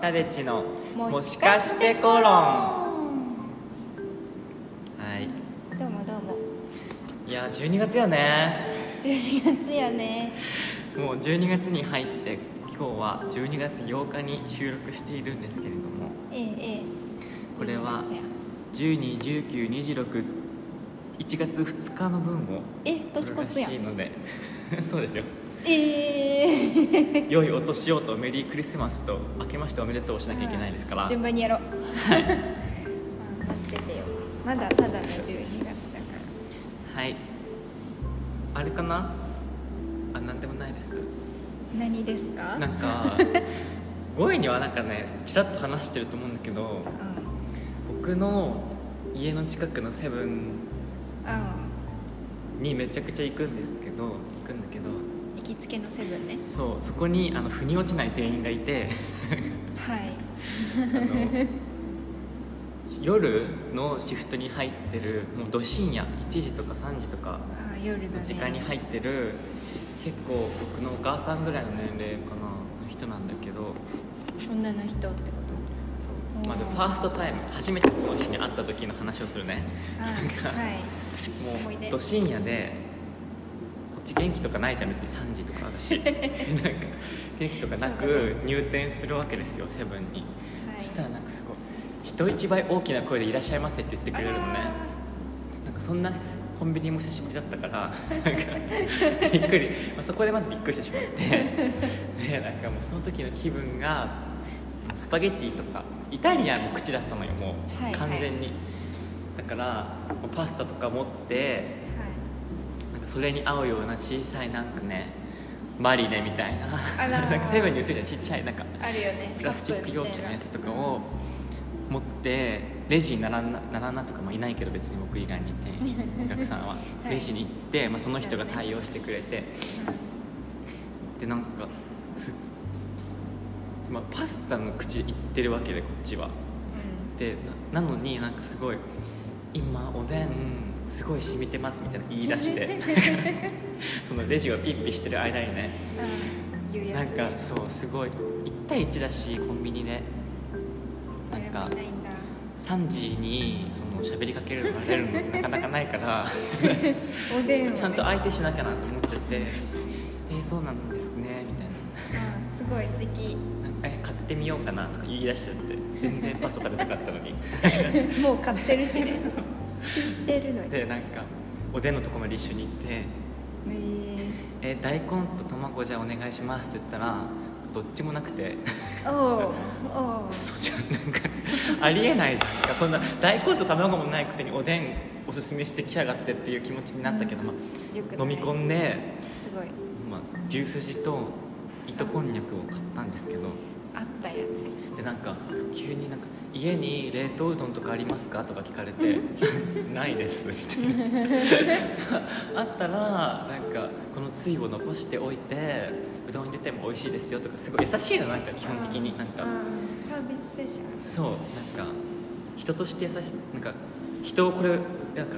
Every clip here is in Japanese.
タベチのもしかしてコロンはどいうもどうもいや12月やね12月やねもう12月に入って今日は12月8日に収録しているんですけれどもええええこれは12月や1219261月2日の分をえ年越すやん撮るらしいのでそうですよ ええ良いお年をとメリークリスマスと明けましておめでとうをしなきゃいけないで すから、順番にやろう はい待っててよまだただの12月だからはいあれかなあなんでもないです何ですかなんか5位にはなんかねちらっと話してると思うんだけどうん僕の家の近くのセブンうんにめちゃくちゃ行くんですけど行くんだけど行きつけのセブンねそうそこにあの腑に落ちない店員がいて はいあの夜のシフトに入ってるもうど深夜1時とか3時とかあー夜だね時間に入ってる結構僕のお母さんぐらいの年齢かなの人なんだけど女の人ってことそうおーまずファーストタイム初めてその人に会った時の話をするねあーはいも思い出うど深夜でこっち元気とかないじゃん別に3時とか だしなんか元気とかなそうだく入店するわけですよセブンに、はいしたらなんかすごい人一倍大きな声で「いらっしゃいませ」って言ってくれるのねなんかそんなコンビニも久しぶりだったからなんかびっくり、まあ、そこでまずびっくりしてしまってでなんかもうその時の気分がスパゲッティとかイタリアンの口だったのよもう、はい完全に、だからもうパスタとか持ってなんかそれに合うような小さいなんかねマリネみたいなあらーなんかセブンに売ってるじゃんちっちゃいなんかはいあるよねプラスチック容器のやつとかをカッ持ってレジに並んだ並んだとかもいないけど別に僕以外に いてお客さんは、いレジに行って、まあ、その人が対応してくれプみたていなでなんかす、まあ、パスタの口いってるわけでこっちはうんでななのになんかすごい今おでんすごい染みてますみたいな言い出してなんか そのレジがピッピしてる間にねうん言う なやんつねかそうすごい1対1だしコンビニであなれもんかいないんだ3時にその喋りかけられるのってなかなかないからおでんをちょっねとちゃんと相手しなきゃなと思っちゃって「えー、そうなんですね」みたいうんすごい素 敵ななんかえ「買ってみようかな」とか言い出しちゃって全然パスとか出なかったの にもう買ってる しね品してるのにでなんかおでんのとこまで一緒に行ってえー「えー大根と卵じゃお願いします」って言ったらどっちもなくて。おうおうクソじゃんなんかありえないじゃんなんかそんな大根と卵もないくせにおでんおすすめしてきやがってっていう気持ちになったけど、まあよくない飲み込んですごいまあ、牛すじと糸こんにゃくを買ったんですけどあったやつでなんか急になんか「家に冷凍うどんとかありますか?」とか聞かれて 「ないです」みたいなあったらなんかこのつゆを残しておいてうどんに出ても美味しいですよとかすごい優しいのなんか基本的になんか。うんサービス精神そうなんか人として優しいなんか人をこれなんか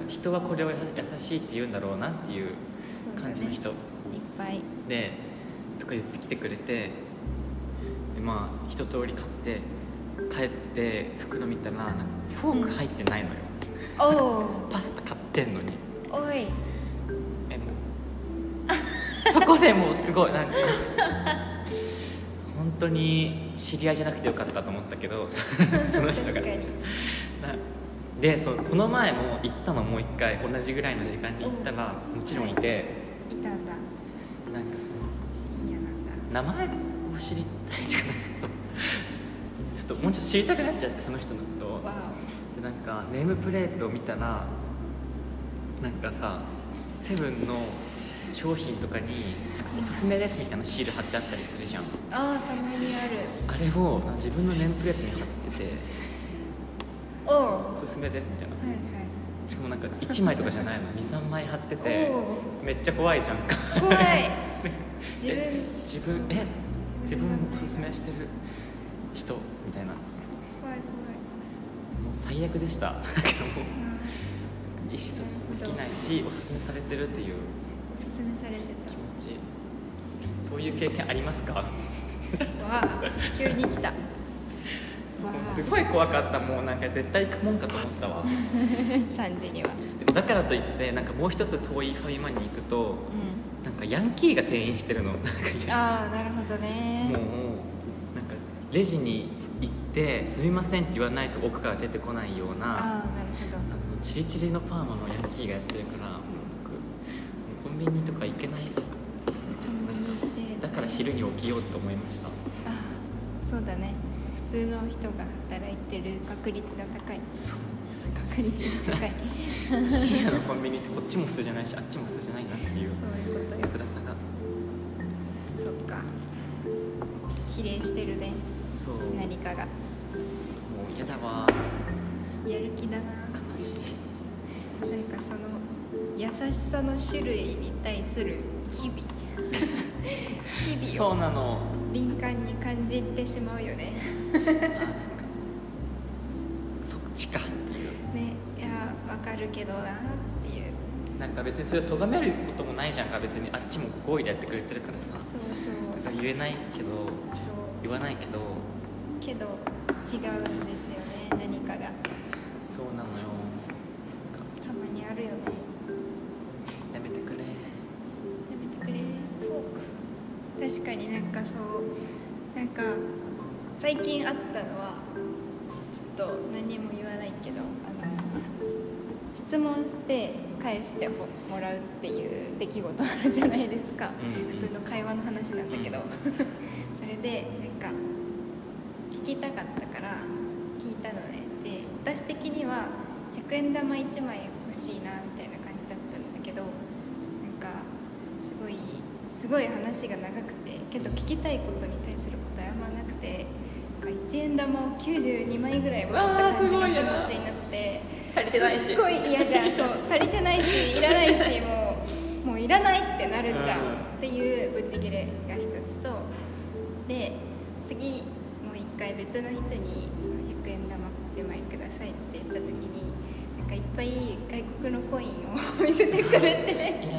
人はこれを優しいって言うんだろうなっていうそうだね感じの人、いっぱいでとか言ってきてくれてでまあ一通り買って帰って服の見たらなんかフォーク入ってないのよ、おうパスタ買ってんのにおいえもうそこでもうすごいなんか本当に知り合いじゃなくてよかったと思った けどその人確がかになでそうこの前も行ったのもう一回同じぐらいの時間に行ったらもちろんいていたんだなんかその深夜なんだ名前を知りたいとかなんかそのちょっともうちょっと知りたくなっちゃってその人のことをわでなんかネームプレートを見たらなんかさセブンの商品とかになんかおすすめですみたいなシール貼ってあったりするじゃんおああたまにあるあれを自分のネームプレートに貼ってておうおすすめですみたいなはいはいしかもなんか1枚とかじゃないの23枚貼ってておめっちゃ怖いじゃんか怖 い自分え自分え自自分分の名前おすすめしてる人みたいなも怖い怖いう最悪でしたなんかもあう意思疎通できないしおすすめされてるっていうーおすすめされて気持ちそういう経験ありますかたわあ急に来たわもうあすごい怖かったもうなんか絶対行くもんかと思っ たわ3時にはでもだからといってなんかもう一つ遠いファミマに行くとうなんかヤンキーが店員し てるのなんかいんやああなるほどもうねなんかレジに行って「すみません」って言わないと奥から出てこないようなああなるほどあのチリチリのパーマのヤンキーがやってるからもう僕もうコンビニとか行けないコンビニ行ってだから昼に起きようと思いましたああそうだね普通の人が働いてる確率が高い確率が高い深夜の コンビニってこっちも普通じゃないしあっちも普通じゃないなっていうそういうことです辛さがそっか比例してるねそうも何かがう嫌だわやる気だな悲しいなんかその優しさの種類に対する機 微機微そうをなの敏感に感じてしまうよねあなんかそっちかってい うねいやわかるけどなっていうなんか別にそれをとがめることもないじゃんか別にあっちも好意でやってくれてるからさそうそだうから言えないけそうど言わないけどけど違うんですよね何かがそうなのよなんかたまにあるよねやめてくれやめてくれフォーク確かになんかそうなんか最近あったのはちょっと何も言わないけどあの質問して返してもらうっていう出来事あるじゃないですか、うんうん普通の会話の話なんだけど、うん それでなんか聞きたかったから聞いたのねで私的には100円玉1枚欲しいなみたいな感じだったんだけどなんかすごいすごい話が長くてけど聞きたいことに対する答えはあんまなくてなんか1円玉を92枚ぐらいもらった感じの気持ちになって足りてないしすっごい嫌じゃ んそう足りてないしいらないしもうもういらないってなるじゃんうんっていうブチギレが一つとで次もう一回別の人にその100円玉1枚くださいって言った時になんかいっぱい外国のコインを 見せてくれて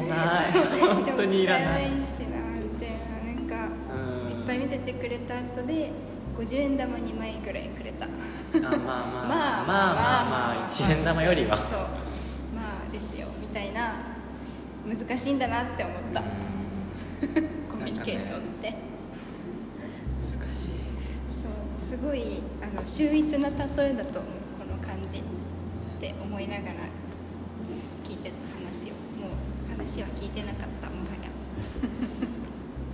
いらない本当にいらないでも使えないしなみたいななんかうんいっぱい見せてくれた後で50円玉2枚ぐらいくれた。あまあ まあまあまあまあ一円玉よりはそうまあですよみたいな難しいんだなって思った、コミュニケーションって、うん難しいそうすごいあの秀逸な例えだと思うこの感じって思いながら聞いてた話をもう話は聞いてなかったもはや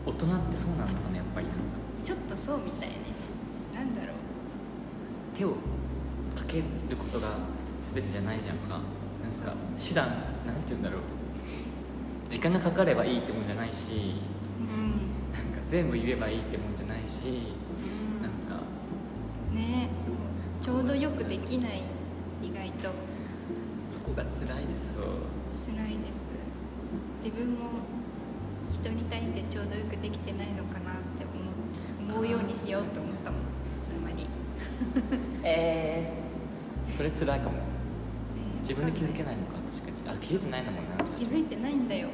大人ってそうなんだろうねやっぱりなんかちょっとそうみたいねなんだろう手をかけることが全てじゃないじゃんかなんそうか手段なんて言うんだろう時間がかかればいいってもんじゃないしうんなんか全部言えばいいってもんじゃないしうんなんかねそうちょうどよくできない意外とそこが辛いです辛いです自分も人に対してちょうどよくできてないのかなって思う思うようにしようと思ったもんたまに、ええそれ辛いかもね自分で気づけないわのか確かにあ気づいてないんだもんなかんない気づいてないんだよもう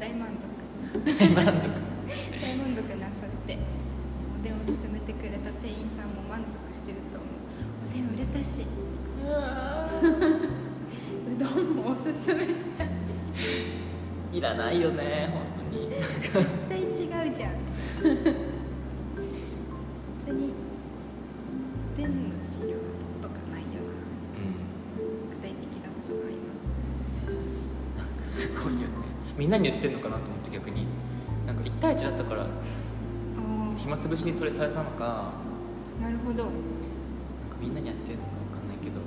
大満足大 満足大満足なさっておでんを勧めてくれた店員さんも満足してると思うおでん売れたし うどんもおすすめしたしいらないよね本 当に絶対違うじゃん別におでんの資料とかないよなう具体的だったな今んなんかすごいよねみんなに言ってんのかなと思って逆になんか1対1だったから暇つぶしにそれされたのかなるほどなんかみんなにやってるのかわかんないけど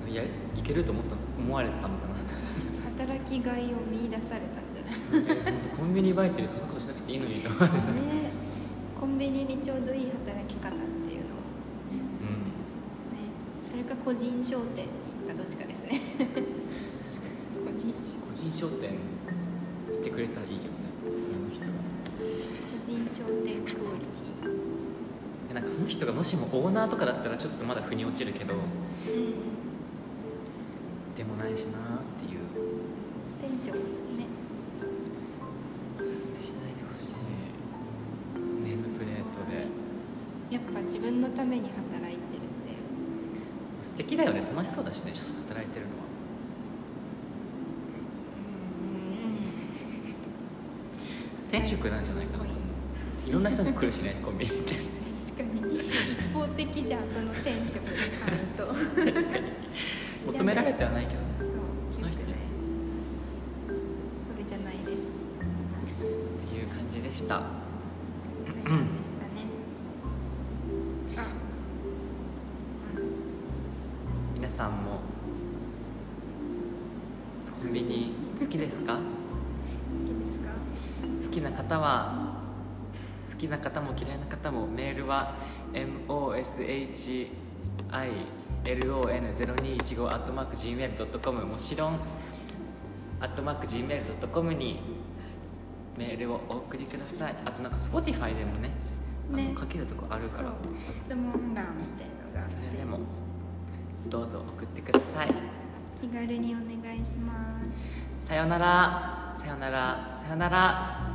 なんかやいけると思った思われてたのかな働きがいを見出されたんじゃないえーほんとコンビニバイトでそんなことしなくていいのにと 思ってねコンビニにちょうどいい働き方っていうのをうんねそれか個人商店に行くかどっちかですね個人商個人商店してくれたらいいけどねその人は個人商店クオリでなんかその人がもしもオーナーとかだったらちょっとまだ腑に落ちるけどティうんでもないしなーっていう店長おすすめおすすめしないでほしいネスプレートでやっぱ自分のために働いてるんで素敵だよね楽しそうだしね働いてるのは天職なんじゃないかなと思ういろんな人に来るしねコンビニって確かに一方的じゃんその転職で買うと確かに求められてはないけどねそうその人良くないそれじゃないですっていう感じでしたそういうのでしたねあ皆さんもコンビニ好きですかうん好きですか好きな方は好きな方も嫌いな方もメールは moshilon0215-gmail.com もちろん gmail.com にメールをお送りくださいあとなんか Spotify でもねあねの書けるとこあるから、そう質問欄みたいのがあっそれでてもどうぞ送ってください気軽にお願いしますさよならさよならさよなら